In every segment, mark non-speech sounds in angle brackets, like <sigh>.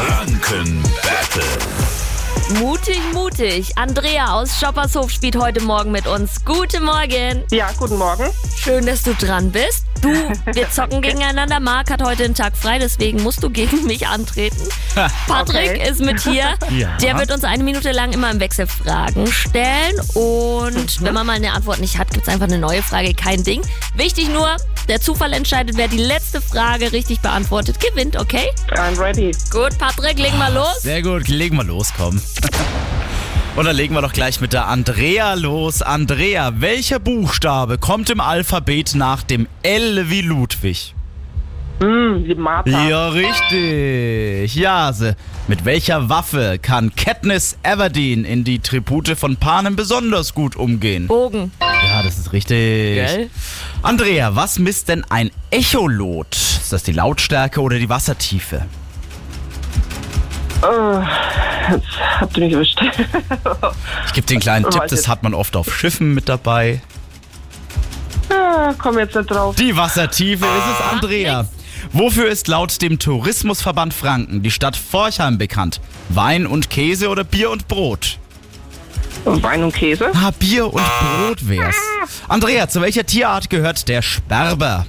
Franken Battle. Mutig, mutig. Andrea aus Schoppershof spielt heute Morgen mit uns. Guten Morgen. Ja, guten Morgen. Schön, dass du dran bist. Du, wir zocken gegeneinander. Marc hat heute den Tag frei, deswegen musst du gegen mich antreten. Patrick Okay. ist mit hier. Ja. Der wird uns eine Minute lang immer im Wechsel Fragen stellen. Mhm. Und wenn man mal eine Antwort nicht hat, gibt es einfach eine neue Frage. Kein Ding. Wichtig nur, der Zufall entscheidet, wer die letzte Frage richtig beantwortet, gewinnt, okay? I'm ready. Gut, Patrick, legen wir los. Ah, Sehr gut, legen wir los, komm. <laughs> Und dann legen wir doch gleich mit der Andrea los. Andrea, welcher Buchstabe kommt im Alphabet nach dem L wie Ludwig? Hm, die Martha. Ja, richtig. Jase. Mit welcher Waffe kann Katniss Everdeen in die Tribute von Panem besonders gut umgehen? Bogen. Ja, das ist richtig. Oh. Gell? Andrea, was misst denn ein Echolot? Ist das die Lautstärke oder die Wassertiefe? Äh, jetzt habt ihr mich erwischt. Ich gebe den kleinen Tipp, Weiß das jetzt- hat man oft auf Schiffen mit dabei. <laughs> ah, komm jetzt nicht drauf. Die Wassertiefe ist es, Andrea. Wofür ist laut dem Tourismusverband Franken die Stadt Forchheim bekannt? Wein und Käse oder Bier und Brot? Wein und Käse. Ah, Bier und Brot wär's. Andrea, zu welcher Tierart gehört der Sperber?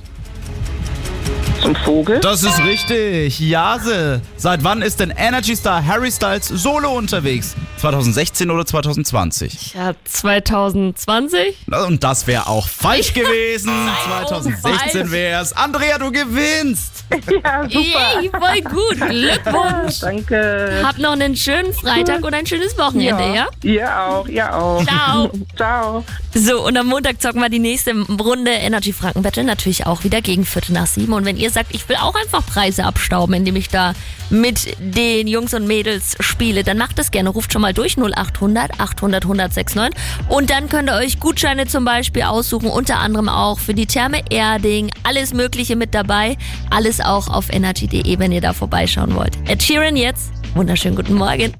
Zum Vogel. Das ist richtig. Jase. Seit wann ist denn Energy Star Harry Styles solo unterwegs? 2016 oder 2020? Ich habe 2020. Na, Und das wäre auch falsch gewesen. Nein, oh, 2016 falsch. wär's. Andrea, du gewinnst. Ja, super. Yay, voll gut. <laughs> Glückwunsch. Danke. Habt noch einen schönen Freitag und ein schönes Wochenende, ja? Ihr auch, ihr auch. Ciao. <laughs> Ciao. So, und am Montag zocken wir die nächste Runde Energy Franken Battle natürlich auch wieder gegen Viertel nach sieben. Und wenn ihr sagt, ich will auch einfach Preise abstauben, indem ich da mit den Jungs und Mädels spiele, dann macht das gerne. Ruft schon mal durch 0800 800 1069. Und dann könnt ihr euch Gutscheine zum Beispiel aussuchen, unter anderem auch für die Therme Erding. Alles Mögliche mit dabei. Alles auch auf energy.de, wenn ihr da vorbeischauen wollt. Ed Sheeran jetzt. Wunderschönen guten Morgen.